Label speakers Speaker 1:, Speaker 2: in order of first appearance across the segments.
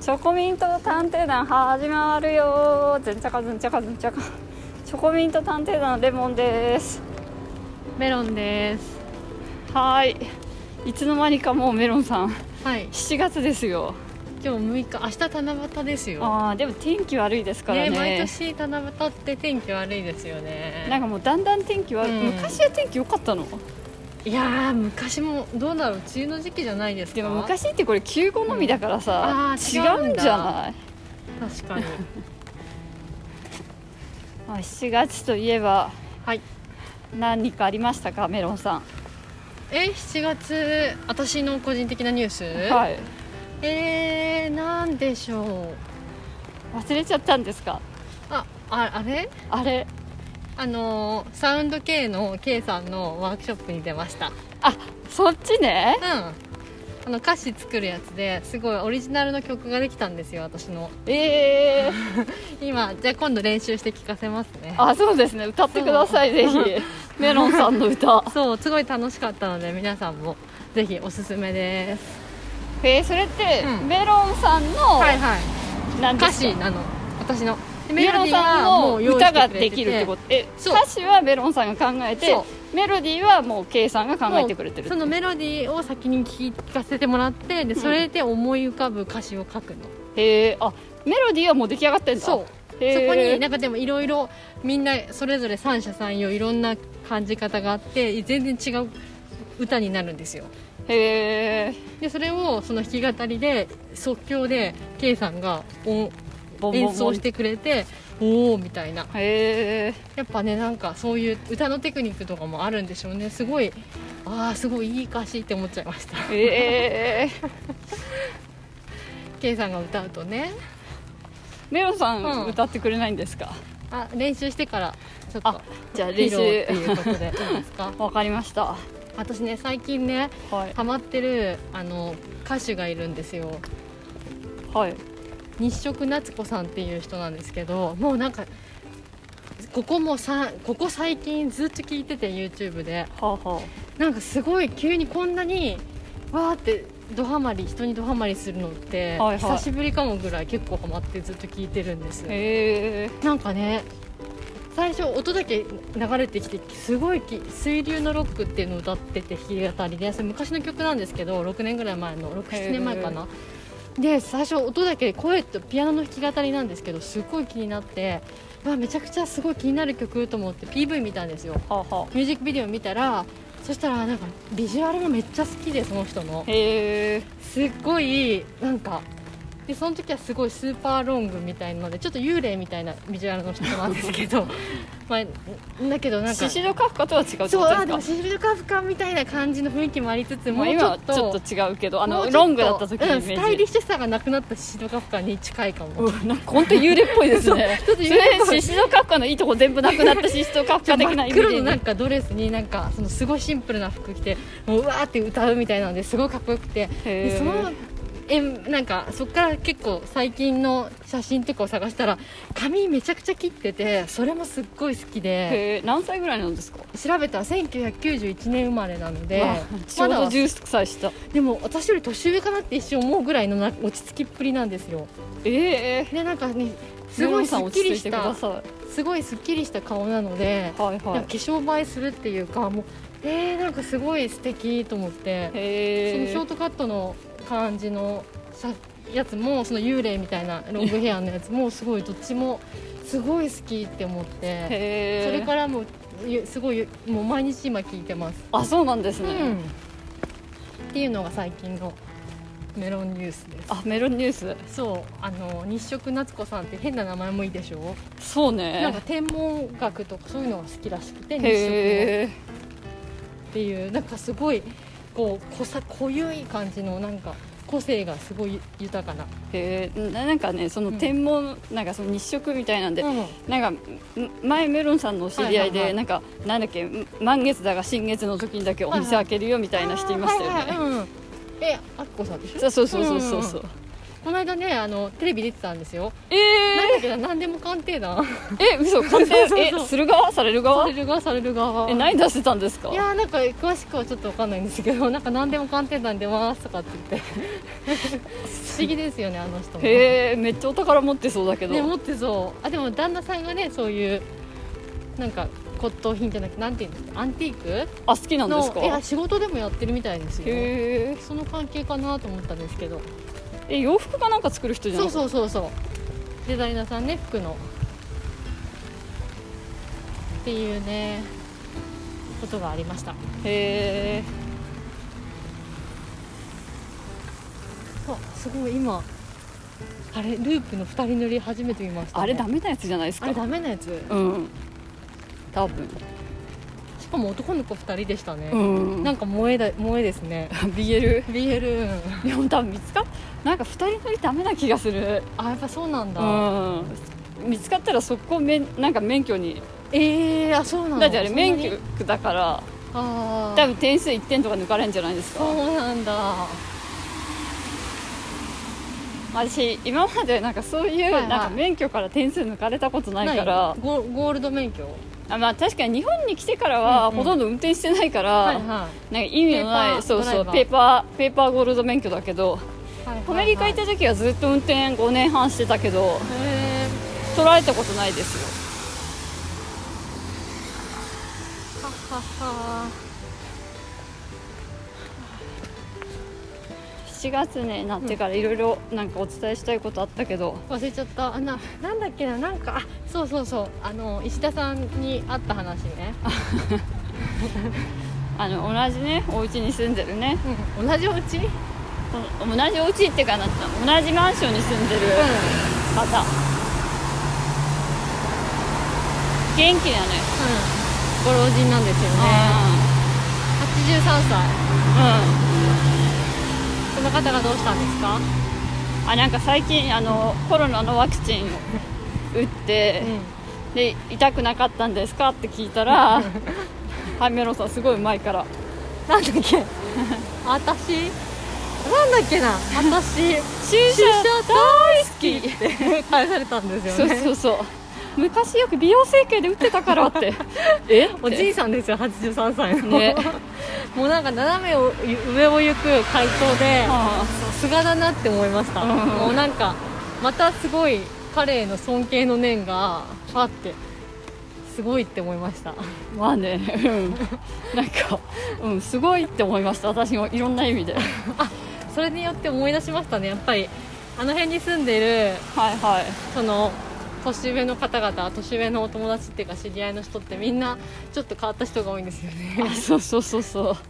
Speaker 1: チョコミント探偵団始まるよずんちゃかずんちゃかずんちゃかチョコミント探偵団レモンです
Speaker 2: メロンです。
Speaker 1: はーいいつの間にかもうメロンさん
Speaker 2: はい。
Speaker 1: 7月ですよ
Speaker 2: 今日6日、明日七夕ですよ。
Speaker 1: あーでも天気悪いですからね
Speaker 2: 毎年七夕って天気悪いですよね。
Speaker 1: なんかもうだんだん天気は、
Speaker 2: うん
Speaker 1: 昔は天気良かったの
Speaker 2: いやー昔もどうだろう梅雨の時期じゃないですか。
Speaker 1: でも昔ってこれ休好みだから
Speaker 2: うん
Speaker 1: さ、
Speaker 2: あー
Speaker 1: 違うんじゃない
Speaker 2: 確かに。
Speaker 1: まあ7月といえば
Speaker 2: はい。
Speaker 1: 何かありましたかメロンさん
Speaker 2: え7月私の個人的なニュース。
Speaker 1: はい
Speaker 2: えー、なんでしょう。
Speaker 1: 忘れちゃったんですか
Speaker 2: あああれ？
Speaker 1: あれ
Speaker 2: あのーサウンド系の K さんのワークショップに出ました。
Speaker 1: あそっちね
Speaker 2: うん。あの歌詞作るやつですごいオリジナルの曲ができたんですよ私の。
Speaker 1: ええ
Speaker 2: 今じゃあ今度練習して聞かせますね
Speaker 1: あそうですね歌ってくださいぜひ メロンさんの歌
Speaker 2: そうすごい楽しかったので皆さんもぜひおすすめです
Speaker 1: えー、それって、
Speaker 2: うん
Speaker 1: メロンさんの、
Speaker 2: はいはい
Speaker 1: なんで
Speaker 2: 歌
Speaker 1: すか
Speaker 2: 詞なの私ので
Speaker 1: メロンさんの歌ができるってこととえ
Speaker 2: そう
Speaker 1: 歌詞はメロンさんが考えて
Speaker 2: そ
Speaker 1: メロディーはもう K さんが考えてくれてるって
Speaker 2: そのメロディーを先に聞かせてもらってでそれで思い浮かぶ歌詞を書くの、
Speaker 1: へえあメロディーはもう出来上がってんだ
Speaker 2: そう
Speaker 1: へ
Speaker 2: そ
Speaker 1: ー
Speaker 2: こになんかでもいろいろみんなそれぞれ三者三様いろんな感じ方があって全然違う歌になるんですよ
Speaker 1: へえ
Speaker 2: でそれをその弾き語りで即興で K さんが音
Speaker 1: ボンボンボン
Speaker 2: 演奏してくれておおみたいな
Speaker 1: へえ
Speaker 2: やっぱねなんかそういう歌のテクニックとかもあるんでしょうねすごいああすごいいい歌詞って思っちゃいました
Speaker 1: ええ
Speaker 2: K さんが歌うとね
Speaker 1: メロンさん
Speaker 2: うん
Speaker 1: 歌ってくれないんですか、
Speaker 2: あ練習してからちょっ
Speaker 1: あ
Speaker 2: と
Speaker 1: じゃあ練
Speaker 2: 披露
Speaker 1: 習
Speaker 2: っていうことでいいです か
Speaker 1: わかりました
Speaker 2: 私ね最近ね
Speaker 1: はい
Speaker 2: ハマってるあの歌手がいるんですよ
Speaker 1: はい
Speaker 2: 日食夏子さんっていう人なんですけどもうなんかここもさここ最近ずっと聞いてて YouTube で
Speaker 1: はあは
Speaker 2: なんかすごい急にこんなにわーってドハマり人にドハマりするのって、
Speaker 1: はいはい
Speaker 2: 久しぶりかもぐらい結構ハマってずっと聞いてるんです
Speaker 1: あへえ
Speaker 2: なんかね最初音だけ流れてきてすごいき水流のロックっていうのを歌ってて弾き語りでそれ昔の曲なんですけど6年ぐらい前の
Speaker 1: へー
Speaker 2: 67年前かなで最初音だけ声とピアノの弾き語りなんですけどすごい気になってうわめちゃくちゃすごい気になる曲と思って PV 見たんですよ
Speaker 1: はあは
Speaker 2: ミュージックビデオ見たらそしたらなんかビジュアルがめっちゃ好きでその人の
Speaker 1: あへえ
Speaker 2: すっごいなんかでその時はすごいスーパーロングみたいなのでちょっと幽霊みたいなビジュアルの人なんですけど まあだけどなんか
Speaker 1: シシドカフカとは違うってことです
Speaker 2: そうあで
Speaker 1: か
Speaker 2: もシシルカフカみたいな感じの雰囲気もありつつも
Speaker 1: まあ
Speaker 2: うち
Speaker 1: 今
Speaker 2: ょ
Speaker 1: は
Speaker 2: っ
Speaker 1: ちょ
Speaker 2: と
Speaker 1: っと違うけどあ
Speaker 2: もう
Speaker 1: の
Speaker 2: ちょと
Speaker 1: ロングだった時の
Speaker 2: うん
Speaker 1: イメ
Speaker 2: スタイリ
Speaker 1: ー
Speaker 2: ッ
Speaker 1: ジ、
Speaker 2: シュさがなくなったシシドカフカに近いかも
Speaker 1: うん、なんか本当幽霊っぽいですね
Speaker 2: ちょっと幽霊っぽい
Speaker 1: それシシドカフカのいいとこ全部なくなったシシドカフ
Speaker 2: 真
Speaker 1: カ
Speaker 2: っ
Speaker 1: 的なイメー
Speaker 2: 黒
Speaker 1: ジ
Speaker 2: のなん
Speaker 1: に
Speaker 2: かドレスになんかそのすごいシンプルな服着てもううわーって歌うみたいなのですごいかっこよくて
Speaker 1: へ
Speaker 2: で
Speaker 1: ー
Speaker 2: そのえんなんかそっから結構最近の写真とかを探したら髪めちゃくちゃ切っててそれもすっごい好きで
Speaker 1: へえ何歳ぐらいなんですか
Speaker 2: 調べたら1991年生まれなので
Speaker 1: わあちょ
Speaker 2: ま
Speaker 1: うど
Speaker 2: だ
Speaker 1: 10歳した
Speaker 2: でも私より年上かなって一瞬思うぐらいのな落ち着きっぷりなんですよ
Speaker 1: ええ
Speaker 2: でなんかねす
Speaker 1: メロ
Speaker 2: ご
Speaker 1: ン
Speaker 2: いす
Speaker 1: さん
Speaker 2: っ
Speaker 1: 落
Speaker 2: き
Speaker 1: ち着
Speaker 2: り
Speaker 1: い
Speaker 2: して
Speaker 1: くだ
Speaker 2: た
Speaker 1: さい
Speaker 2: すごいすっきりした顔なので
Speaker 1: はいは
Speaker 2: なんか化
Speaker 1: い
Speaker 2: 粧映えするっていうかもうえー、なんかすごい素敵と思ってその
Speaker 1: へ
Speaker 2: シ
Speaker 1: え
Speaker 2: ョートカットの感じのさやつもその幽霊みたいなロングヘアのやつもすごいどっちもすごい好きって思って
Speaker 1: へえ
Speaker 2: それからもうゆすごいもう毎日今聞いてます、
Speaker 1: あそうなんですね、
Speaker 2: っていうのが最近のメロンニュースです
Speaker 1: あメロンニュース
Speaker 2: そうあの日食夏子さんって変な名前もいいでしょ
Speaker 1: そう
Speaker 2: なんか
Speaker 1: ね
Speaker 2: 天文学とかそういうのが好きらしくて日食の
Speaker 1: へえ
Speaker 2: っていうなんかすごいこう濃さ濃ゆい感じのなんか個性がすごい豊かな、
Speaker 1: へえななんかねその
Speaker 2: うん
Speaker 1: 天文、なんかその日食みたいなんで、
Speaker 2: うん
Speaker 1: なんかん前メロンさんのお知り合
Speaker 2: はい
Speaker 1: いで、
Speaker 2: はいはい
Speaker 1: なんかなんだっけん満月だが新月の時にだけお店開けるよみたいな人いましたよね、
Speaker 2: あーはいはいうんえあっこさんでしょ
Speaker 1: そうそうそうそうそうそう
Speaker 2: この間ねあのテレビ出てたんですよ
Speaker 1: ええ
Speaker 2: なんだけど何でも鑑定団
Speaker 1: え嘘鑑
Speaker 2: そうそ
Speaker 1: 定
Speaker 2: うそう
Speaker 1: えする側される
Speaker 2: さ
Speaker 1: 側
Speaker 2: れる側される側
Speaker 1: え何出してたんですか
Speaker 2: いやーなんか詳しくはちょっとわかんないんですけどなんか何でも鑑定団に出ますとかって言って 不思議ですよねあの人も
Speaker 1: へえめっちゃお宝持ってそうだけど、
Speaker 2: ね持ってそうあでも旦那さんがねそういうなんか骨董品じゃなくてなんていうんですかアンティーク
Speaker 1: あ好きなんです
Speaker 2: のいや
Speaker 1: か
Speaker 2: 仕事でもやってるみたいですよ
Speaker 1: へー
Speaker 2: その関係かなと思ったんですけど
Speaker 1: え洋服かなんか作る人じゃな
Speaker 2: そう
Speaker 1: い
Speaker 2: そうそうそうデザイナーさんね服のっていうねことがありました
Speaker 1: へえ
Speaker 2: あすごい今あれループの二人乗り初めて見ました、ね、
Speaker 1: あれダメなやつじゃないです
Speaker 2: あ
Speaker 1: か
Speaker 2: れダメなやつ
Speaker 1: うん多分
Speaker 2: しかも男の子二人でしたね、
Speaker 1: うん
Speaker 2: なんんか萌えだ萌えですね
Speaker 1: BL
Speaker 2: BL
Speaker 1: でも多分見つかっなんか2人乗りダメな気がする
Speaker 2: あやっぱそうなんだ、
Speaker 1: うん見つかったら速攻めなんか免許に
Speaker 2: えー、あそうなんだ
Speaker 1: だってあれ
Speaker 2: そんなに
Speaker 1: 免許だから
Speaker 2: あ
Speaker 1: 多
Speaker 2: あ
Speaker 1: 分点数1点とか抜かれんじゃないですか
Speaker 2: そうなんだ
Speaker 1: 私今までなんかそういう
Speaker 2: はいはい
Speaker 1: なんか免許から点数抜かれたことないから、
Speaker 2: ゴゴールド免許
Speaker 1: あまあ確かに日本に来てからは
Speaker 2: うんうん
Speaker 1: ほとんど運転してないから、
Speaker 2: はいは
Speaker 1: なんか意味の
Speaker 2: ペーパ
Speaker 1: な
Speaker 2: ー
Speaker 1: いそうそ
Speaker 2: ド
Speaker 1: う
Speaker 2: ラ
Speaker 1: ペ
Speaker 2: イ
Speaker 1: ーパーペーパーゴールド免許だけど
Speaker 2: いはい
Speaker 1: アメリカ行った時はずっと運転5年半してたけど
Speaker 2: へー
Speaker 1: 取られたことないですよ
Speaker 2: ははは
Speaker 1: 7月になってからいろいろなんかお伝えしたいことあったけど、
Speaker 2: 忘れちゃったあななんだっけななんかあそうそうそうあの石田さんに会った話ね
Speaker 1: あの同じねお家に住んでるね
Speaker 2: うん同じお家うん
Speaker 1: 同じお家っていうかな同じマンションに住んでる方、元気だね
Speaker 2: ご老人なんですよね83歳
Speaker 1: う
Speaker 2: この方がどうしたんですか
Speaker 1: んあなんか最近あのコロナのワクチンを打って、で痛くなかったんですかって聞いたらハイメロンさんすごい前から
Speaker 2: なん だっけ私なんだっけな私
Speaker 1: 注
Speaker 2: 出
Speaker 1: 射
Speaker 2: 社大好き
Speaker 1: き
Speaker 2: って返されたんですよね
Speaker 1: そうそうそう昔よく美容整形で打ってたからって え
Speaker 2: おじいさんですよ83歳の、
Speaker 1: ね
Speaker 2: もうなんか斜めを上を行く回答で
Speaker 1: あ
Speaker 2: さすがだなって思いました、
Speaker 1: うん
Speaker 2: もうなんかまたすごい彼への尊敬の念がパってすごいって思いました
Speaker 1: まあねうんなんか、うん、すごいって思いました私もいろんな意味ではい
Speaker 2: それによって思い出しましたねやっぱりあの辺に住んでる
Speaker 1: はい
Speaker 2: その年上の方々年上のお友達っていうか知り合いの人ってみんなちょっと変わった人が多いんですよね
Speaker 1: あそうそうそうそう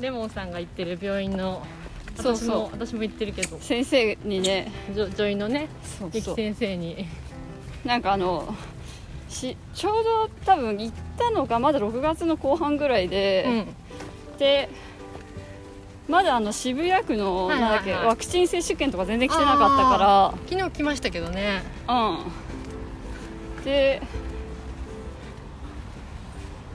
Speaker 2: レモンさんが行ってる病院の
Speaker 1: そう
Speaker 2: 私も
Speaker 1: そ
Speaker 2: 私も行ってるけど
Speaker 1: 先生にね
Speaker 2: 女女医のね
Speaker 1: そう
Speaker 2: ゆき
Speaker 1: そう
Speaker 2: 先生に
Speaker 1: なんかあのしちょうど多分行ったのがまだ6月の後半ぐらいで、でまだあの渋谷区の
Speaker 2: はい
Speaker 1: な
Speaker 2: は
Speaker 1: ん
Speaker 2: いは
Speaker 1: だ
Speaker 2: い
Speaker 1: っけ、ワクチン接種券とか全然来てなかったから
Speaker 2: 昨日来ましたけどね
Speaker 1: うん、で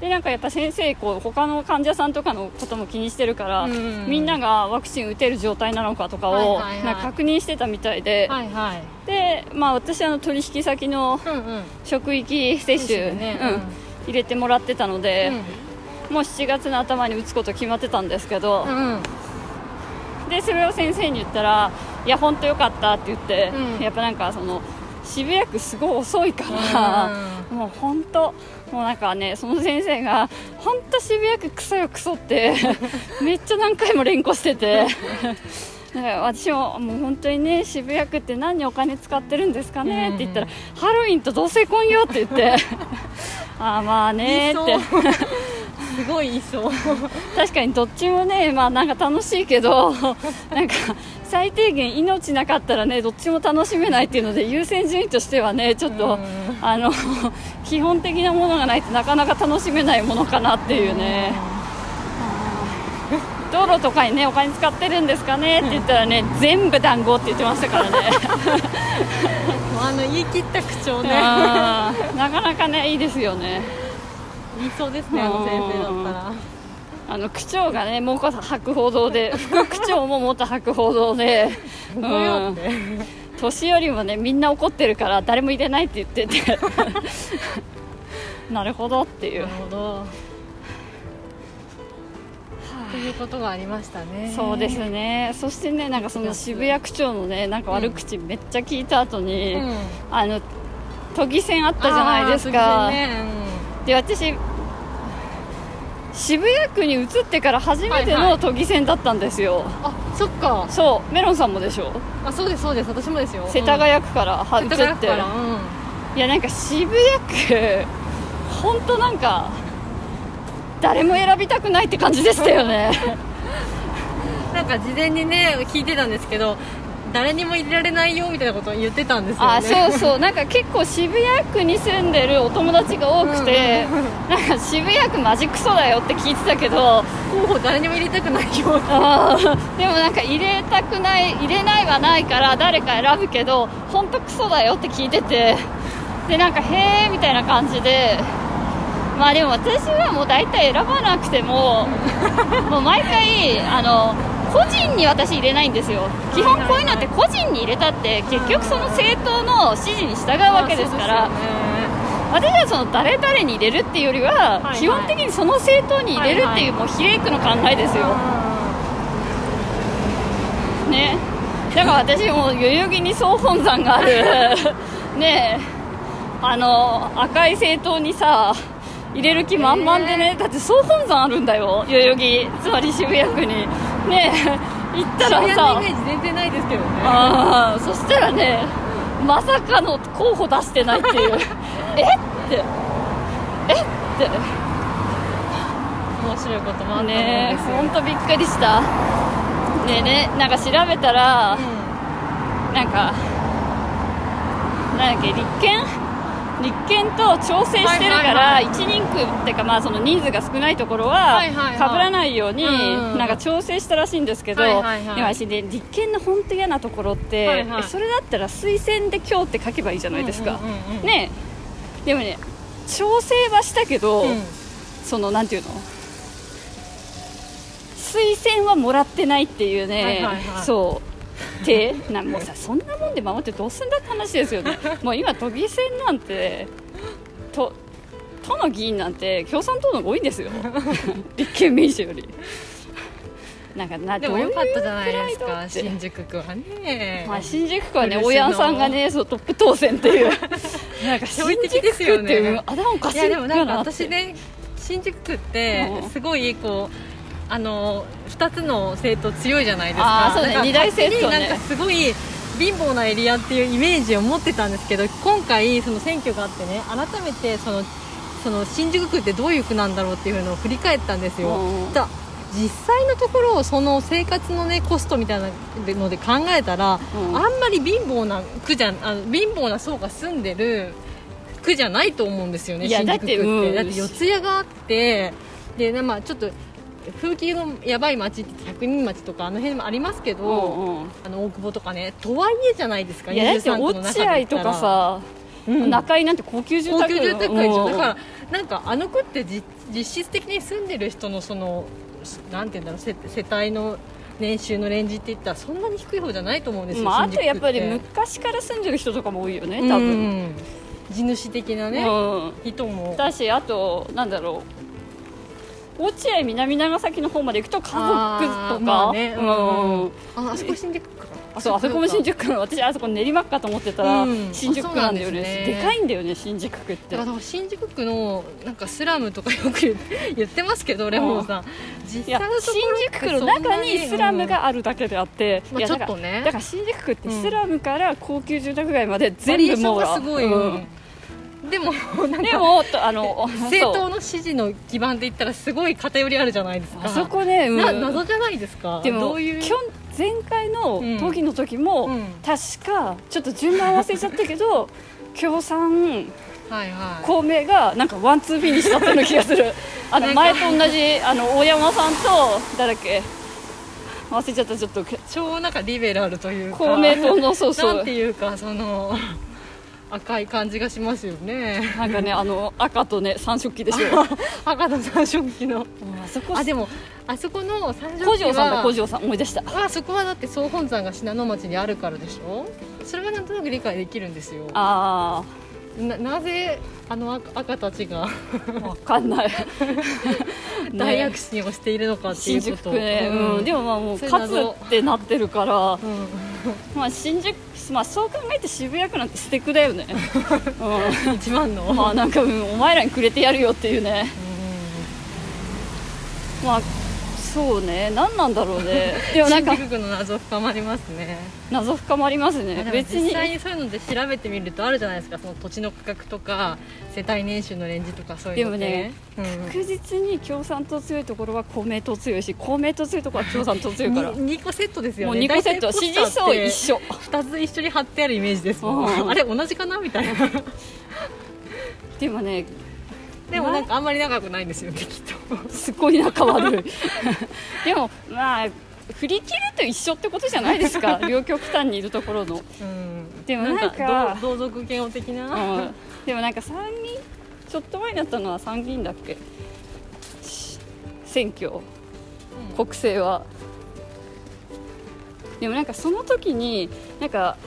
Speaker 1: でなんかやっぱ先生こう他の患者さんとかのことも気にしてるから、
Speaker 2: うん
Speaker 1: みんながワクチン打てる状態なのかとかを
Speaker 2: はいはいはい
Speaker 1: なんか確認してたみたいで、
Speaker 2: はいはい
Speaker 1: で、まあ、私あの取引先の
Speaker 2: うんうん
Speaker 1: 職域接種、
Speaker 2: ね
Speaker 1: うん入れてもらってたの
Speaker 2: う
Speaker 1: で
Speaker 2: ん、
Speaker 1: もう7月の頭に打つこと決まってたんですけど
Speaker 2: う、んうん
Speaker 1: でそれを先生に言ったら「いや本当よかった」って言って、
Speaker 2: うん
Speaker 1: やっぱなんかその渋谷区すごい遅いから、もう本当もうなんかねその先生が「本当渋谷区クソよクソ」って めっちゃ何回も連呼してて。だから私ももう本当にね渋谷区って何にお金使ってるんですかねって言ったら、
Speaker 2: うん
Speaker 1: ハロウィンと同性婚よって言って ああまあね
Speaker 2: い
Speaker 1: ー
Speaker 2: そ
Speaker 1: っ
Speaker 2: う
Speaker 1: て
Speaker 2: すごいいそう
Speaker 1: 確かにどっちもね、まあ、なんか楽しいけど なんか最低限命なかったらねどっちも楽しめないっていうので優先順位としてはねちょっ
Speaker 2: う
Speaker 1: と、
Speaker 2: ん
Speaker 1: あの 基本的なものがないとなかなか楽しめないものかなっていうね、道路とかにねお金使ってるんですかねって言ったらね、全部団子って言ってましたからね
Speaker 2: もうあの言い切った口調ね
Speaker 1: あ ーなかなかねいいですよね
Speaker 2: 言いそうですねあの先生だったら
Speaker 1: あの区長がね、もう白報堂で、副区長も元白報堂で、
Speaker 2: ご用って、
Speaker 1: 年寄りもね、みんな怒ってるから、誰も入れないって言って て、なるほどってい
Speaker 2: な
Speaker 1: う
Speaker 2: る。ほどということがありましたね
Speaker 1: そうですね、そしてね、なんかその渋谷区長のね、なんか悪口めっちゃ聞いた後に、
Speaker 2: うん
Speaker 1: あの、都議選あったじゃないです
Speaker 2: あーそ
Speaker 1: か。
Speaker 2: うですね
Speaker 1: で、私、渋谷区に移ってから初めて
Speaker 2: はいは
Speaker 1: の
Speaker 2: い
Speaker 1: 都議選だったんですよ。
Speaker 2: うんあそっか
Speaker 1: そう、メロンさんもでしょ
Speaker 2: あそうですそうです私もですよ
Speaker 1: 世田谷区からは移
Speaker 2: う
Speaker 1: っ
Speaker 2: ん
Speaker 1: て
Speaker 2: 世田谷区からうん
Speaker 1: いやなんか渋谷区本当なんか誰も選びたくないって感じでしたよ ね
Speaker 2: なんか事前にね聞いてたんですけど誰にも入れられないよみたいなことを言ってたんですよね
Speaker 1: あそうそうなんか結構渋谷区に住んでるお友達が多くて、なんか渋谷区マジクソだよって聞いてたけど
Speaker 2: 候補誰にも入れたくないよ
Speaker 1: あー でもなんか入れたくない入れないはないから誰か選ぶけど本当クソだよって聞いてて でなんかへえみたいな感じでまあでも私はもう大体選ばなくてももう毎回あの個人に私入れないんですよ基本こういうのって個人に入れたって結局その政党の指示に従うわけですから、
Speaker 2: そうで
Speaker 1: 私はその誰々に入れるっていうよりは、
Speaker 2: いはい
Speaker 1: 基本的にその政党に入れるっていう、もう比例区の考えです
Speaker 2: すよねう
Speaker 1: よ、ねだから私も代々木に総本山が あるねえあの赤い政党にさ入れる気満々でね、だって総本山あるんだよ代々木つまり渋谷区にねえ行っ
Speaker 2: ん
Speaker 1: た
Speaker 2: 渋
Speaker 1: ら
Speaker 2: 谷の
Speaker 1: さ
Speaker 2: イメージ全然ないですけどね
Speaker 1: あーそしたらねまさかの候補出してないってい うえってえって
Speaker 2: 面白いこともあったもん
Speaker 1: ねえ
Speaker 2: ですよ
Speaker 1: 本当びっくりしたねえねなんか調べたら、
Speaker 2: う
Speaker 1: なんか、なんだっけ、立憲立憲と調整してるか
Speaker 2: は
Speaker 1: ら、
Speaker 2: いはいはい
Speaker 1: 1人区っていうか、まあ、その人数が少ないところは、
Speaker 2: はい
Speaker 1: 被
Speaker 2: はいはい
Speaker 1: らないように、
Speaker 2: うんうん
Speaker 1: なんか調整したらしいんですけど、
Speaker 2: はいはいはい
Speaker 1: でも私ね、立憲の本当嫌なところって、
Speaker 2: はいはい
Speaker 1: えそれだったら推薦で今日って書けばいいじゃないですか
Speaker 2: うんうんうんう。ん
Speaker 1: ねえでもね、調整はしたけど、
Speaker 2: んうん
Speaker 1: その、なんていうの推薦はもらってないっていうね、
Speaker 2: はいはいはい
Speaker 1: そう。てなもうさそんなもんで守ってどうすんだって話で すよね、もう今、都議選なんて、と都の議員なんて共産党の方が多いんで すよ、立憲民主より。なんかな
Speaker 2: で
Speaker 1: ど
Speaker 2: も
Speaker 1: ういう
Speaker 2: 良かったじゃないです
Speaker 1: プライド
Speaker 2: か
Speaker 1: って
Speaker 2: 新宿区はね
Speaker 1: まあ、新宿区はね、
Speaker 2: 苦しいの
Speaker 1: 大家さんがね、そうトップ当選って いう、なんか新
Speaker 2: 驚異
Speaker 1: 宿
Speaker 2: 的です
Speaker 1: 区
Speaker 2: よ
Speaker 1: っ
Speaker 2: ね
Speaker 1: ていう、あ、でもおか
Speaker 2: い
Speaker 1: しい
Speaker 2: やでもなんか
Speaker 1: なって
Speaker 2: 私ね新宿区って
Speaker 1: うん
Speaker 2: すごいこうあの2つの政党強いじゃないですか
Speaker 1: あーそうね
Speaker 2: だから
Speaker 1: 二大政党ね
Speaker 2: 勝手になんかすごい貧乏なエリアっていうイメージを持ってたんですけど今回その選挙があってね改めてそのその新宿区ってどういう区なんだろうっていうのを振り返ったんですよ、
Speaker 1: うん
Speaker 2: だ実際のところその生活の、ね、コストみたいなので考えたら、
Speaker 1: うん
Speaker 2: あんまり貧乏な区じゃあの貧乏な層が住んでる区じゃないと思うんですよね
Speaker 1: いや
Speaker 2: 新宿区ってだ
Speaker 1: だっ
Speaker 2: ってて,、
Speaker 1: うん
Speaker 2: 四谷があってで、ねまあ、ちょっと風景のやばい街って百人町とかあの辺もありますけ
Speaker 1: う
Speaker 2: ど、
Speaker 1: んうん
Speaker 2: あの大久保とかねとはいえじゃないですか
Speaker 1: いやだって
Speaker 2: 23区の中で
Speaker 1: 落
Speaker 2: 言
Speaker 1: 合
Speaker 2: った
Speaker 1: と
Speaker 2: ら
Speaker 1: かさ、
Speaker 2: うん
Speaker 1: 中井なんて高級住
Speaker 2: 高
Speaker 1: 宅
Speaker 2: 級住宅街でしょ
Speaker 1: うん
Speaker 2: だからなんかあの区って実実質的に住んでる人のそのすなんていうんだろう世世帯の年収のレンジって言ったらそんなに低い方じゃないと思うんですよ、
Speaker 1: まあ、あ
Speaker 2: 新
Speaker 1: と
Speaker 2: 宿区
Speaker 1: やっぱり
Speaker 2: て
Speaker 1: 昔から住んでる人とかも多いよね多
Speaker 2: う
Speaker 1: 分、
Speaker 2: ん地主的な
Speaker 1: うん
Speaker 2: ね、人も
Speaker 1: だしあとなんだろう落合南長崎の方まで行くと家族
Speaker 2: あー
Speaker 1: とか、
Speaker 2: まあね
Speaker 1: う
Speaker 2: うんんああそこ新宿区か
Speaker 1: あそうあそこも新宿区なの私あそこ練馬区かと思ってたら、
Speaker 2: うん
Speaker 1: 新宿区なんだよね
Speaker 2: あそうなんです
Speaker 1: で
Speaker 2: ね
Speaker 1: かいんだよね新宿区って
Speaker 2: だから新宿区のなんかスラムとかよく言って 言ってますけどレモンさん実
Speaker 1: いや
Speaker 2: 際のところっ
Speaker 1: 新
Speaker 2: て
Speaker 1: 宿区の中にスラム
Speaker 2: うん
Speaker 1: があるだけであって、
Speaker 2: まあ
Speaker 1: いや
Speaker 2: ちょっとね
Speaker 1: だからだから新宿区ってスラムから高級住宅街まで
Speaker 2: バリエー
Speaker 1: 全部
Speaker 2: ション
Speaker 1: 網羅
Speaker 2: がすごい、
Speaker 1: うん
Speaker 2: でもなん
Speaker 1: で
Speaker 2: か
Speaker 1: もとあの
Speaker 2: 政党の支持の基盤で言ったらすごい偏りあるじゃないですか
Speaker 1: あそこね、うん
Speaker 2: な謎じゃないですか
Speaker 1: でも
Speaker 2: どういう
Speaker 1: きょん前回の
Speaker 2: うん
Speaker 1: 都議の時も、
Speaker 2: うん
Speaker 1: 確かちょっと順番忘れちゃったけど 共産
Speaker 2: はいはい
Speaker 1: 公明がなんかワンツーフィニッシュだったような気がす るあの
Speaker 2: なん
Speaker 1: 前
Speaker 2: か
Speaker 1: と同じあの大山さんと誰だっけ忘れちゃったちょっと
Speaker 2: 超なんかリベラルというか
Speaker 1: 公明党のそうそ
Speaker 2: なん
Speaker 1: う
Speaker 2: ていうかその赤い感じがしますよね
Speaker 1: なんかねあの赤とね三色旗でし ょ
Speaker 2: 赤の三色旗の
Speaker 1: あそこ
Speaker 2: あでもあそこの三色旗は
Speaker 1: 古城さんだ古城さん思い出した
Speaker 2: あそこはだって総本山が信濃町にあるからでしょそれはなんとなく理解できるんですよ
Speaker 1: あ
Speaker 2: ななぜあの赤赤たちが
Speaker 1: あ分かんな いね
Speaker 2: 大躍進をしているのかってい
Speaker 1: 新
Speaker 2: うこ
Speaker 1: 宿
Speaker 2: と
Speaker 1: 区ね、うん
Speaker 2: うん
Speaker 1: でもまあもう
Speaker 2: そういう
Speaker 1: 勝
Speaker 2: 謎
Speaker 1: つってなってるから、
Speaker 2: うん
Speaker 1: まあ、新宿まあそう考えて渋谷区なんて捨てくだよね、
Speaker 2: 一番の、
Speaker 1: うん、 まあなんか、うんお前らにくれてやるよっていうね
Speaker 2: うん
Speaker 1: まあそうね何なんだろう ねでもなんか
Speaker 2: 新宿区の謎深まりますね
Speaker 1: 謎深まります
Speaker 2: まあ
Speaker 1: ね
Speaker 2: でも
Speaker 1: 別
Speaker 2: 実
Speaker 1: に
Speaker 2: 際にそういうので調べてみるとあるじゃないですかその土地の価格とか世帯年収のレンジとかそういうのって
Speaker 1: 確実に共産党強いところは公明党強いし公明党強いところは共産党強
Speaker 2: う
Speaker 1: い
Speaker 2: ん、
Speaker 1: から
Speaker 2: に2個セットですよ
Speaker 1: もう
Speaker 2: ね
Speaker 1: 2個セット
Speaker 2: 大体ポ
Speaker 1: 支
Speaker 2: スター
Speaker 1: 持
Speaker 2: って
Speaker 1: 層一緒
Speaker 2: 2つ一緒に貼ってあるイメージですも
Speaker 1: うんん
Speaker 2: あれ同じかなみたいな
Speaker 1: でもね
Speaker 2: でもなんかあんまり仲良くないんですよねきっと
Speaker 1: すごい仲悪いでもまあ振り切ると一緒ってことじゃないです か両極端にいるところの、
Speaker 2: うん
Speaker 1: でもなんか
Speaker 2: 同同族嫌悪的
Speaker 1: う
Speaker 2: な、
Speaker 1: ん、でもなんか参議院ちょっと前になったのは参議院だっけし選挙国政はでもなんかその時になんか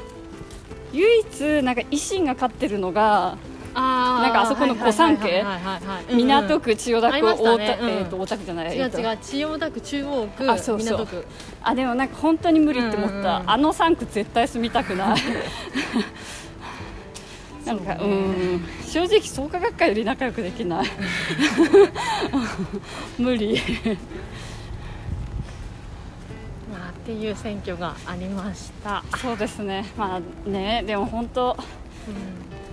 Speaker 1: 唯一なんか維新が勝ってるのが
Speaker 2: あー
Speaker 1: なんかあそこの御三家
Speaker 2: はいはいはいはいはい区
Speaker 1: 港区千代田
Speaker 2: あり
Speaker 1: 区
Speaker 2: ました
Speaker 1: 大
Speaker 2: ね
Speaker 1: 田
Speaker 2: うん
Speaker 1: えーと大田区じゃない
Speaker 2: 違う
Speaker 1: えーと
Speaker 2: 違う千代田区中央区
Speaker 1: あそうそう
Speaker 2: 港区
Speaker 1: あでもなんか本当に無理って思った、
Speaker 2: うんうんうん
Speaker 1: あの3区絶対住みたく ないなんか,、
Speaker 2: そううね
Speaker 1: ん正直創価学会より仲良くできない 無理
Speaker 2: まあっていう選挙がありました、
Speaker 1: そうですねまあねでも本当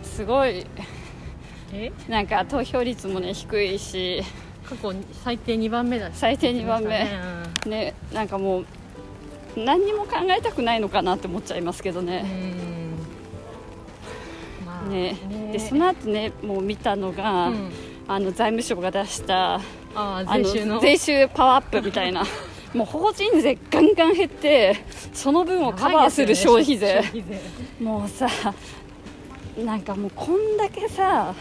Speaker 1: すごい
Speaker 2: え
Speaker 1: なんか投票率もね低いし
Speaker 2: 過去最低2番目だ
Speaker 1: 最低2番目、
Speaker 2: ね
Speaker 1: ねなんかもう何にも考えたくないのかなって思っちゃいますけど
Speaker 2: う
Speaker 1: ね、
Speaker 2: んまあ
Speaker 1: ね
Speaker 2: ね
Speaker 1: でその後ねもう見たのが、
Speaker 2: うん
Speaker 1: あの財務省が出した
Speaker 2: あ
Speaker 1: あ
Speaker 2: あ
Speaker 1: の
Speaker 2: 税収の
Speaker 1: 税収パワーアップみた いなもう法人税ガンガン減ってその分をカバーする 消費税、
Speaker 2: やばいですよね消費
Speaker 1: もうさなんかもうこんだけさ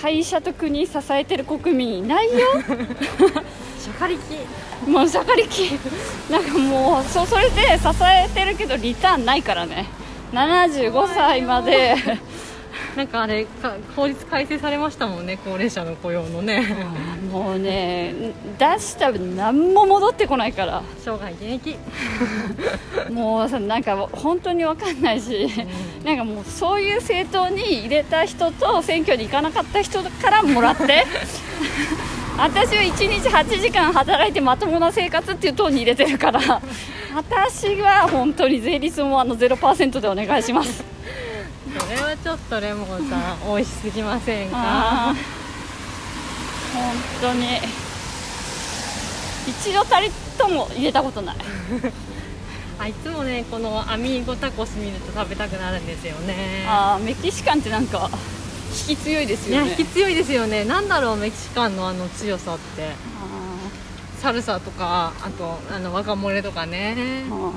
Speaker 1: 会社と国支えてる国民いないよ
Speaker 2: 税シャカリキ
Speaker 1: もうしゃかりきなんかもうそそれで支えてるけどリターンないからね75歳 まで
Speaker 2: なんかあれか法律改正されましたもんね高齢者の雇用のね
Speaker 1: もうね出した分何も戻ってこないから
Speaker 2: 生涯現役
Speaker 1: もうさなんか本当に分かんないし、なんかもうそういう政党に入れた人と選挙に行かなかった人からもらって 私は1日8時間働いてまともな生活っていう党に入れてるから私は本当に税率もあの0%でお願いします
Speaker 2: それはちょっとレモンさん美味しすぎませんか
Speaker 1: あー本当に一度たりとも入れたことない
Speaker 2: あいつもねこのアミーゴタコス見ると食べたくなるんですよね
Speaker 1: あーメキシカンってなんか引き強いですよね
Speaker 2: ね引き強いですよねなんだろうメキシカンのあの強さって
Speaker 1: あ
Speaker 2: サルサとかあとあの若漏れとかね
Speaker 1: ーあー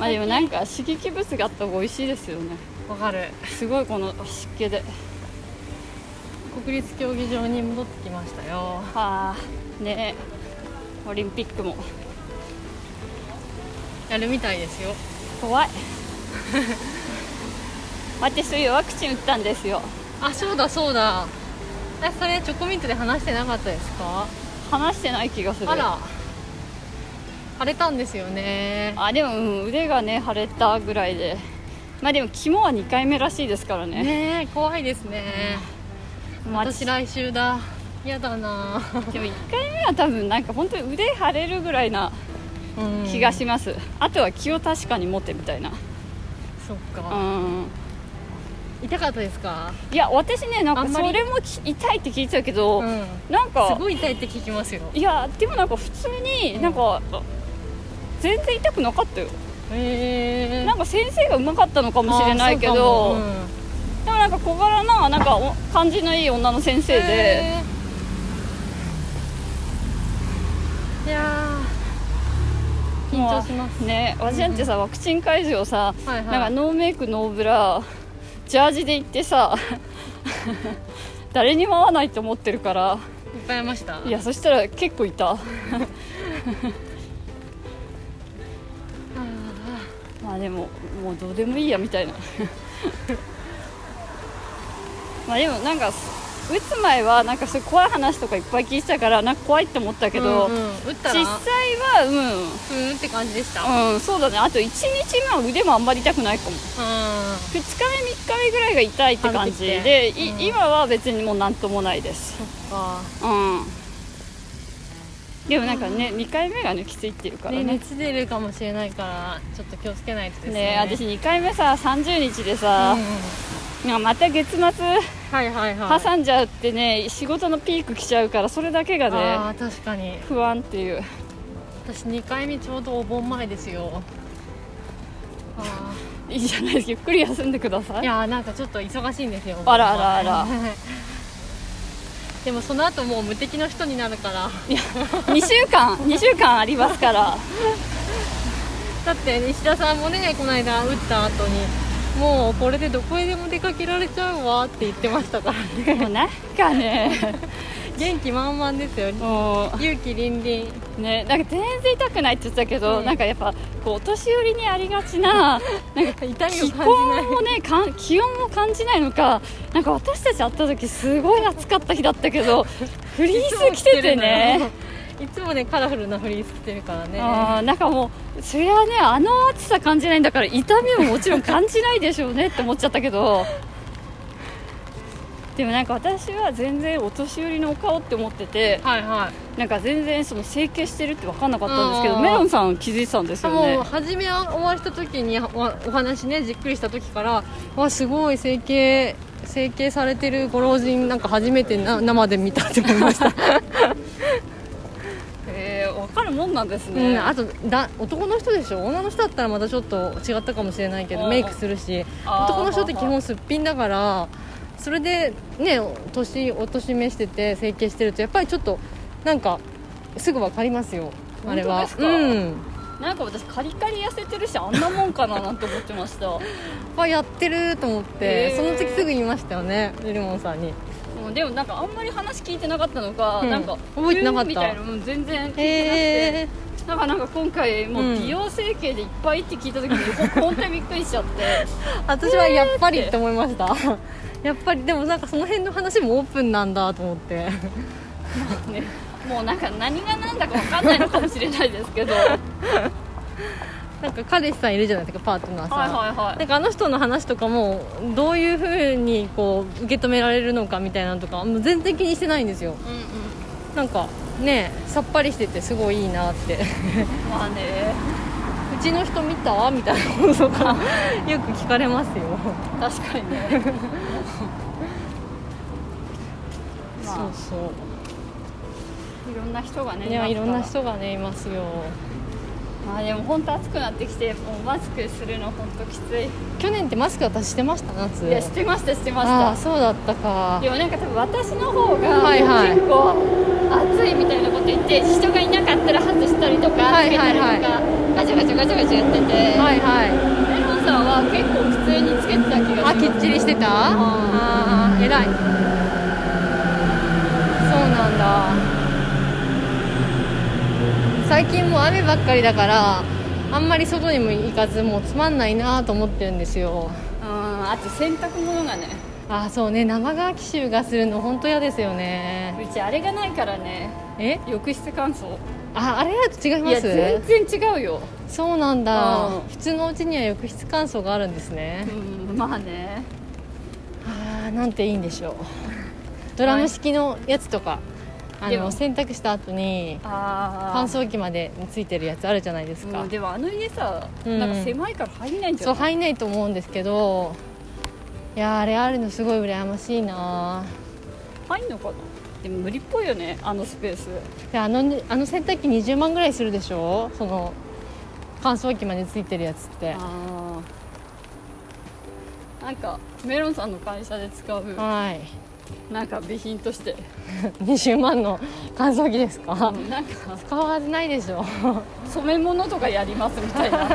Speaker 1: まあでもなんか刺激物があった方が美味しいですよね
Speaker 2: わかる
Speaker 1: すごいこの湿気で
Speaker 2: 国立競技場に戻ってきましたよ
Speaker 1: はあねえオリンピックも
Speaker 2: やるみたいですよ
Speaker 1: 怖い私そういうワクチン打ったんですよ
Speaker 2: あそうだそうだえそれチョコミントで話してなかったですか
Speaker 1: 話してない気がする
Speaker 2: あら腫れたんですよね
Speaker 1: あでも、うん、腕がね腫れたぐらいでまあでも肝は2回目らしいですからね
Speaker 2: ねえ怖いですね
Speaker 1: まあ
Speaker 2: 私来週だ嫌だな、
Speaker 1: でも1回目は多分なんか本当に腕腫れるぐらいな
Speaker 2: うん
Speaker 1: 気がします、あとは気を確かに持ってみたいな
Speaker 2: そっ
Speaker 1: う
Speaker 2: か、
Speaker 1: ん
Speaker 2: 痛かったですか
Speaker 1: いや私ねなん
Speaker 2: あ
Speaker 1: か
Speaker 2: ん
Speaker 1: そ
Speaker 2: まり
Speaker 1: れもき痛いって聞いてたけど、
Speaker 2: うん
Speaker 1: なん
Speaker 2: す
Speaker 1: か
Speaker 2: ごい痛いって聞きますよ
Speaker 1: いやでもなんか普通になんか、全然痛くなかったよ
Speaker 2: へえ
Speaker 1: なんか先生がうまかったのかもしれないけど、でもなんか小柄ななんかお感じのいい女の先生で、
Speaker 2: いやー緊張します
Speaker 1: ね私なんてさワクチン会場さ、
Speaker 2: はいはい
Speaker 1: なんかノーメイクノーブラジャージで行っ てさ誰にも会わないと思ってるから
Speaker 2: いっぱいいました
Speaker 1: いやそしたら結構いたまあでももうどうでもいいやみたいなまあでもなんか打つ前はなんかそういう怖い話とかいっぱい聞いてたからなんか怖いって思ったけど、
Speaker 2: うんうん打った
Speaker 1: 実
Speaker 2: ら
Speaker 1: 際は
Speaker 2: ふーんって感じでした、うん、
Speaker 1: うん、うん、そうだねあと1日目は腕もあんまり痛くないかも2日目3日目ぐらいが痛いって感じで、
Speaker 2: あの時って
Speaker 1: い
Speaker 2: うん
Speaker 1: 今は別にもうなんともないです
Speaker 2: そっか
Speaker 1: うんでもなんかね、2回目がねきついっていうから
Speaker 2: ね
Speaker 1: ね
Speaker 2: 熱出るかもしれないからちょっと気をつけないとです
Speaker 1: ね
Speaker 2: ね
Speaker 1: 私2回目さ30日でさ
Speaker 2: うん、うん
Speaker 1: いやまた月末
Speaker 2: はいはいはい
Speaker 1: 挟んじゃうってね仕事のピーク来ちゃうからそれだけが
Speaker 2: あ
Speaker 1: ね
Speaker 2: ー確かに
Speaker 1: 不安っていう
Speaker 2: 私2回目ちょうどお盆前ですよあ
Speaker 1: いいじゃないですかゆっくり休んでくださ
Speaker 2: ー
Speaker 1: い
Speaker 2: いやーなんかちょっと忙しいんですよ
Speaker 1: あらあらあら
Speaker 2: お盆前 でもその後もう無敵の人になるから
Speaker 1: 2週 間2週間ありますから
Speaker 2: だって石田さんもねこの間打った後にもうこれでどこへでも出かけられちゃうわって言ってましたからね
Speaker 1: もうなんかね
Speaker 2: 元気満々ですよ
Speaker 1: も
Speaker 2: 勇気凛々
Speaker 1: うねなんか全然痛くないって言ってたけど、
Speaker 2: うん
Speaker 1: なんかやっぱこうお年寄りにありがちななんか
Speaker 2: 痛みを感じ
Speaker 1: 気
Speaker 2: ない
Speaker 1: 候もねかん気温も感じないのかなんか私たち会った時すごい暑かった日だったけ どフリース着ててね
Speaker 2: いつもねカラフルなフリース着てるからね
Speaker 1: あーなんかもうそりゃねあの暑さ感じないんだから痛みももちろん感じないでしょうねって思っちゃったけ どでもなんか私は全然お年寄りのお顔って思ってて
Speaker 2: はいはい
Speaker 1: なんか全然その整形してるって分かんなかったんですけど
Speaker 2: うん
Speaker 1: メロンさん気づいてたんですよ
Speaker 2: もう
Speaker 1: ね
Speaker 2: 初めお会いした時におお話ねじっくりした時からわすごい整形整形されてるご老人なんか初めてな生で見たって思いました、
Speaker 1: えー、分かるもんなんです
Speaker 2: う
Speaker 1: ね、
Speaker 2: ん、あとだ男の人でしょ女の人だったらまたちょっと違ったかもしれないけ
Speaker 1: あー
Speaker 2: どメイクするし
Speaker 1: あー
Speaker 2: 男の人って基本すっぴんだからそれでねお年お年めしてて整形してるとやっぱりちょっとなんかすぐ分かりますよあれは
Speaker 1: 本当ですか
Speaker 2: うん
Speaker 1: なんか私カリカリ痩せてるしあんなもんかななんて思ってま した
Speaker 2: あやってると思って、
Speaker 1: へー
Speaker 2: その時すぐ言いましたよねリルモンさんに
Speaker 1: うんでもなんかあんまり話聞いてなかったのか、
Speaker 2: うん
Speaker 1: なんか
Speaker 2: 覚えてなかった
Speaker 1: うんみたいなもん全然聞いてなくて、
Speaker 2: へえ
Speaker 1: なんかなんか今回もううん美容整形でいっぱいって聞いた時に、 もう本当にびっくりしちゃって
Speaker 2: 私はやっぱり
Speaker 1: へー
Speaker 2: って思いました やっぱりでもなんかその辺の話もオープンなんだと思って
Speaker 1: ねもうなんか何が何だか分かんないのかもしれないですけ どはい
Speaker 2: なんか彼氏さんいるじゃないですかパートナーさん、
Speaker 1: はいは
Speaker 2: ないんかあの人の話とかもどういうふうにこう受け止められるのかみたいなのとかもう全然気にしてないんですよ
Speaker 1: うん
Speaker 2: なんかねさっぱりしててすごいいいなって
Speaker 1: うんまあね
Speaker 2: うちの人見たみたいなこととかよく聞かれますよ
Speaker 1: 確か にね
Speaker 2: そ
Speaker 1: ま
Speaker 2: うそう
Speaker 1: あいろんな人がね
Speaker 2: いやいろんな
Speaker 1: ますか
Speaker 2: 人がねいますよ
Speaker 1: らまあでも本当暑くなってきてもうマスクするの本当きつい
Speaker 2: 去年ってマスク私してました夏
Speaker 1: いやしてましたしてま
Speaker 2: あ
Speaker 1: した
Speaker 2: あそうだったか
Speaker 1: でもなんか多分私の方が
Speaker 2: はいはい
Speaker 1: 結構暑いみたいなこと言って人がいなかったら外したりとか
Speaker 2: は
Speaker 1: つ
Speaker 2: い
Speaker 1: け
Speaker 2: は
Speaker 1: たり
Speaker 2: い
Speaker 1: と
Speaker 2: はい
Speaker 1: かガチャガチャガチャガチャやってて
Speaker 2: はいはい
Speaker 1: メロンさんは結構普通につけてた気が
Speaker 2: あ
Speaker 1: し
Speaker 2: き
Speaker 1: ま
Speaker 2: っ
Speaker 1: す
Speaker 2: ちりしてたああ偉いそうなんだ最近もう雨ばっかりだからあんまり外にも行かずもうつまんないなと思ってるんですよ
Speaker 1: うんあと洗濯物がね
Speaker 2: ああそうね生乾き臭がするの本当嫌ですよね
Speaker 1: うちあれがないからね
Speaker 2: え
Speaker 1: 浴室乾燥
Speaker 2: ああれだと違い
Speaker 1: い
Speaker 2: ま
Speaker 1: や
Speaker 2: す
Speaker 1: 全然違うよ、
Speaker 2: そうなんだ、
Speaker 1: うん
Speaker 2: 普通のうちには浴室乾燥があるんですね
Speaker 1: う、ん、まあね
Speaker 2: ああなんていいんでしょうドラム式のやつとか、
Speaker 1: で
Speaker 2: あ
Speaker 1: も
Speaker 2: の洗濯した後に
Speaker 1: あ
Speaker 2: 乾燥機までついてるやつあるじゃないですか、
Speaker 1: うん、でもあの家さ、
Speaker 2: うん
Speaker 1: なんか狭いから入んないんじゃ
Speaker 2: そう
Speaker 1: ない
Speaker 2: 入んないと思うんですけどいやーあれあるのすごい羨ましいな
Speaker 1: 入んのかなでも無理っぽいよねあのスペース
Speaker 2: であのあの洗濯機20万ぐらいするでしょその乾燥機までついてるやつって
Speaker 1: ああなんかメロンさんの会社で使う
Speaker 2: はい
Speaker 1: なんか備品として
Speaker 2: 20万の乾燥機ですか、
Speaker 1: なんか
Speaker 2: 使うはずないでしょ
Speaker 1: 染め物とかやりますみたいなで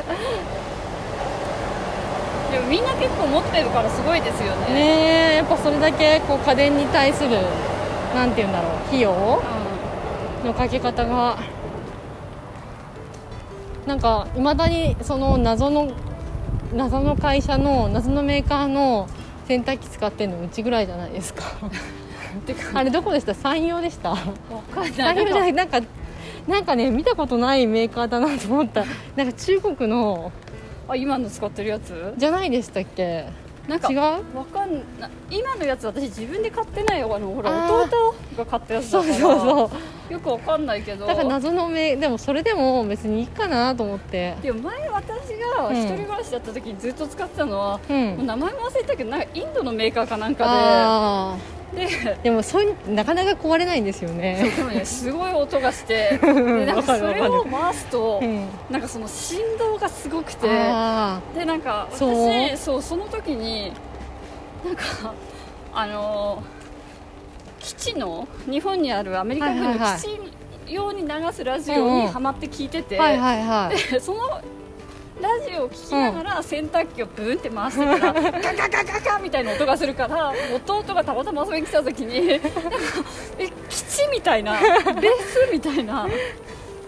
Speaker 1: でもみんな結構持ってるからすごいですよね
Speaker 2: ねえやっぱそれだけこう家電に対するなんて言うんだろう費用
Speaker 1: う
Speaker 2: のかけ方がなんかいまだにその謎の謎の会社の謎のメーカーの洗濯機使ってんのうちぐらいじゃない ですか
Speaker 1: んてか
Speaker 2: あれどこでした山陽で した
Speaker 1: わかんな
Speaker 2: 山陽
Speaker 1: い
Speaker 2: じゃないなんかなんかね見たことないメーカーだなと思ったなんか中国の
Speaker 1: あ今の使ってるやつ
Speaker 2: じゃないでしたっけ
Speaker 1: なんか
Speaker 2: 違う
Speaker 1: わかんな今のやつ私自分で買ってないよあのほら
Speaker 2: あー
Speaker 1: 弟が買ったやつだ
Speaker 2: そう
Speaker 1: から
Speaker 2: そうそう
Speaker 1: よくわかんないけど
Speaker 2: だから謎の名でもそれでも別にいいかなと思って
Speaker 1: でも前私が
Speaker 2: うん
Speaker 1: 一人暮らしだった時にずっと使ってたのは、
Speaker 2: う
Speaker 1: もうん名前も忘れたけどなんかインドのメーカーかなんか
Speaker 2: あ
Speaker 1: でで
Speaker 2: あでもそういうなかなか壊れないんですよね
Speaker 1: でもねすごい音がして でなん
Speaker 2: わ
Speaker 1: か
Speaker 2: か
Speaker 1: そ
Speaker 2: るわか
Speaker 1: れ
Speaker 2: る
Speaker 1: を回すと、
Speaker 2: うん
Speaker 1: なんかその振動がすごくて
Speaker 2: あ
Speaker 1: でなんか私
Speaker 2: そう
Speaker 1: そうその時になんかあの基地の日本にあるアメリカ軍の
Speaker 2: はいはいはい
Speaker 1: 基地用に流すラジ
Speaker 2: うん
Speaker 1: オ
Speaker 2: う
Speaker 1: に
Speaker 2: ん
Speaker 1: ハマって聞いてて、
Speaker 2: あはいはい はい
Speaker 1: でそのラジオを聞きながら洗濯機をブンって回して たら、ガガガガガガみたいな音がするから弟がたまたま遊びに来た時 になんかえ基地みたいなレースみたいな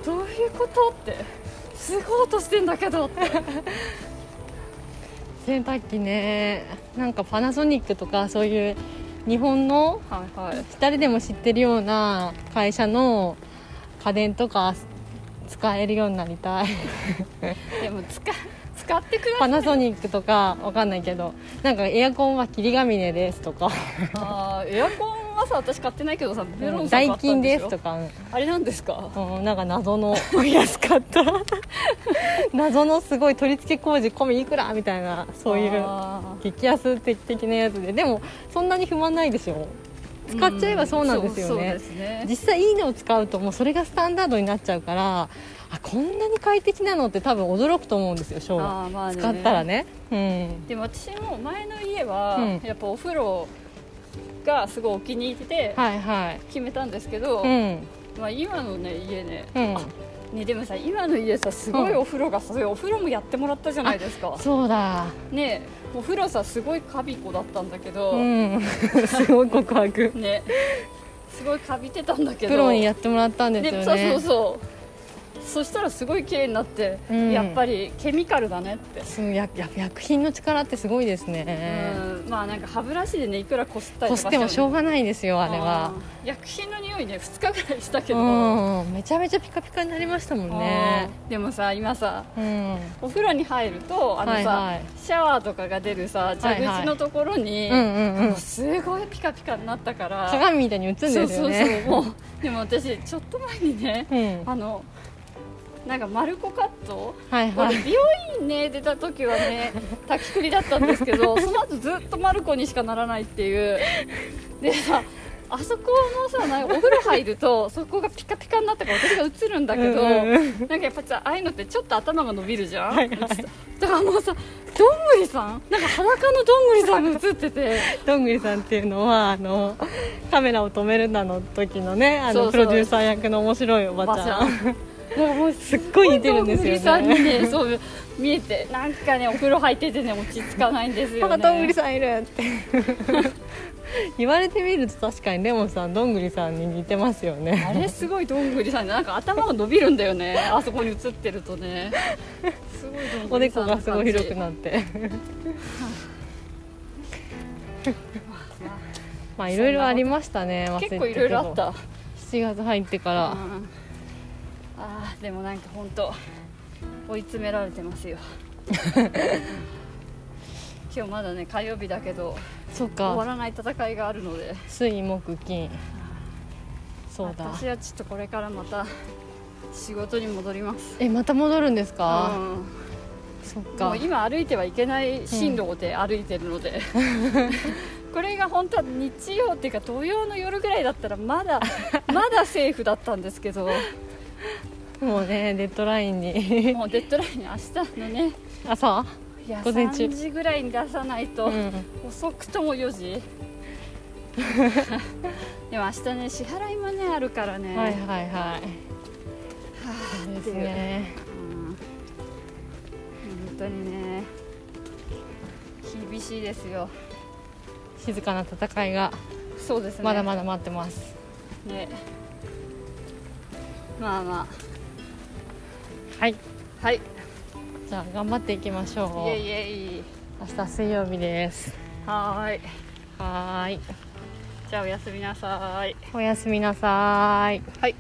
Speaker 1: どういうことってすごい音してんだけどって
Speaker 2: 洗濯機ねなんかパナソニックとかそういう日本の
Speaker 1: はいはい
Speaker 2: 誰でも知ってるような会社の家電とか使えるようになりたい
Speaker 1: でも使使ってくだ
Speaker 2: パナソニックとかわかんないけどなんかエアコンは霧ヶ峰ですとか
Speaker 1: さいエアコンはさ私買ってないけどさベロンさ
Speaker 2: ダイ
Speaker 1: ん買った
Speaker 2: キ
Speaker 1: ん
Speaker 2: ンで
Speaker 1: でし
Speaker 2: す
Speaker 1: ょ
Speaker 2: とか、うん
Speaker 1: あれなんですか
Speaker 2: うん、なんか謎の安かった 謎のすごい取り付け工事込みいくらみたいなそういう
Speaker 1: あ
Speaker 2: 激安的なやつででもそんなに不満ないでしょ
Speaker 1: ー
Speaker 2: 使っちゃえばそうなんですよ
Speaker 1: うんそう
Speaker 2: ね,、
Speaker 1: そうですね
Speaker 2: 実際いいのを使うともうそれがスタンダードになっちゃうからあこんなに快適なのって多分驚くと思うんですよショーは
Speaker 1: あーまあね
Speaker 2: 使ったらねうん
Speaker 1: でも私も前の家は
Speaker 2: うん
Speaker 1: やっぱお風呂がすごいお気に入りで
Speaker 2: はいはい
Speaker 1: 決めたんですけど、
Speaker 2: うん
Speaker 1: まあ、今のね家ね
Speaker 2: うん
Speaker 1: ねでもさ今の家さすごい
Speaker 2: うん
Speaker 1: お風呂がさ、それお風呂もやってもらったじゃないですか
Speaker 2: そうだ
Speaker 1: ねお風呂さすごいカビ子だったんだけど、
Speaker 2: うん すごい告白
Speaker 1: ねすごいカビてたんだけど
Speaker 2: プロにやってもらったんですよ
Speaker 1: で
Speaker 2: ね
Speaker 1: そうそうそうそしたらすごい綺麗になって、
Speaker 2: うん
Speaker 1: やっぱりケミカルだねって、
Speaker 2: そうやや薬品の力ってすごいですね、
Speaker 1: うんまあなんか歯ブラシでねいくらこすったり
Speaker 2: ことす
Speaker 1: か
Speaker 2: ってもしょうがないですよあ
Speaker 1: あ
Speaker 2: れは
Speaker 1: 薬品の匂いね2日ぐらいしたけど、
Speaker 2: うんめちゃめちゃピカピカになりましたもんね
Speaker 1: うんでもさ今さ
Speaker 2: うん
Speaker 1: お風呂に入るとあのさ、
Speaker 2: はいはい
Speaker 1: シャワーとかが出るさ
Speaker 2: はい
Speaker 1: 蛇
Speaker 2: はい
Speaker 1: 口のところに、
Speaker 2: うんうんうん
Speaker 1: すごいピカピカになったから
Speaker 2: 鏡みたいに映るんです
Speaker 1: そ
Speaker 2: よ
Speaker 1: う
Speaker 2: ね
Speaker 1: そうそうもうでも私ちょっと前にね
Speaker 2: うん、
Speaker 1: あのなんかマルコカット
Speaker 2: はい は
Speaker 1: 俺
Speaker 2: い
Speaker 1: 美容院ね出た時はね滝きりだったんです けどその後ずっとマルコにしかならないっていうでさあそこのさなんかお風呂入るとそこがピカピカになったから私が映るんだけど、
Speaker 2: うんうん
Speaker 1: なんかやっぱさああいうのってちょっと頭が伸びるじゃん、
Speaker 2: はいはい
Speaker 1: だからもうさどんぐりさんなんか裸のどんぐりさんが映ってて
Speaker 2: どんぐりさんっていうのはあのカメラを止めるなの時のねあの
Speaker 1: そうそう
Speaker 2: プロデューサー役の面白いおばちゃんもうもうすっごい似てるんですよね
Speaker 1: どんぐりさんにねそう見えてなんかねお風呂入っててね落ち着かないんです よ
Speaker 2: あ
Speaker 1: ね
Speaker 2: どんぐりさんいるって 言われてみると確かにレモンさんどんぐりさんに似てますよ
Speaker 1: あ
Speaker 2: ね
Speaker 1: れすごいどんぐりさんねなんか頭が伸びるんだよねあそこに映ってるとねすごいどん
Speaker 2: お
Speaker 1: ぐ
Speaker 2: で
Speaker 1: りさ
Speaker 2: こ
Speaker 1: んな
Speaker 2: が
Speaker 1: 感
Speaker 2: す
Speaker 1: じ
Speaker 2: ごい広くな ってまあいろいろありましたね忘れてたけど
Speaker 1: 結構いろいろあった、
Speaker 2: 7月入ってか
Speaker 1: う
Speaker 2: ら
Speaker 1: んあーでもなんか本当追い詰められてま すよ今日まだね火曜日だけど
Speaker 2: そう
Speaker 1: 終わ
Speaker 2: から
Speaker 1: ない戦いがあるので
Speaker 2: 水木金そうだ
Speaker 1: 私はちょっとこれからまた仕事に戻ります
Speaker 2: えまた戻るんですか
Speaker 1: うん
Speaker 2: そっ
Speaker 1: も
Speaker 2: か
Speaker 1: う今歩いてはいけない進路で歩いてるの で、これが本当は日曜っていうか土曜の夜ぐらいだったらま だまだセーフだったんですけど
Speaker 2: もうねデッドラインに
Speaker 1: もうデッドライン明日のね
Speaker 2: 朝
Speaker 1: いや
Speaker 2: 午前中
Speaker 1: 3時ぐらいに出さないと、
Speaker 2: うん
Speaker 1: 遅くとも4時 でも明日ね支払いもねあるからね、
Speaker 2: はいはいはいそう
Speaker 1: ー
Speaker 2: で
Speaker 1: って
Speaker 2: す
Speaker 1: いう
Speaker 2: ね
Speaker 1: うん本当にね厳しいですよ
Speaker 2: 静かな戦いが
Speaker 1: そうですね
Speaker 2: まだまだ待ってます、
Speaker 1: ねまあま
Speaker 2: はい
Speaker 1: あはいい
Speaker 2: じゃあ頑張っていきましょ
Speaker 1: え
Speaker 2: う
Speaker 1: いえい
Speaker 2: 明日水曜日です
Speaker 1: はーい
Speaker 2: はーい
Speaker 1: じゃあおやすみなさーい
Speaker 2: おやすみなさーい
Speaker 1: はい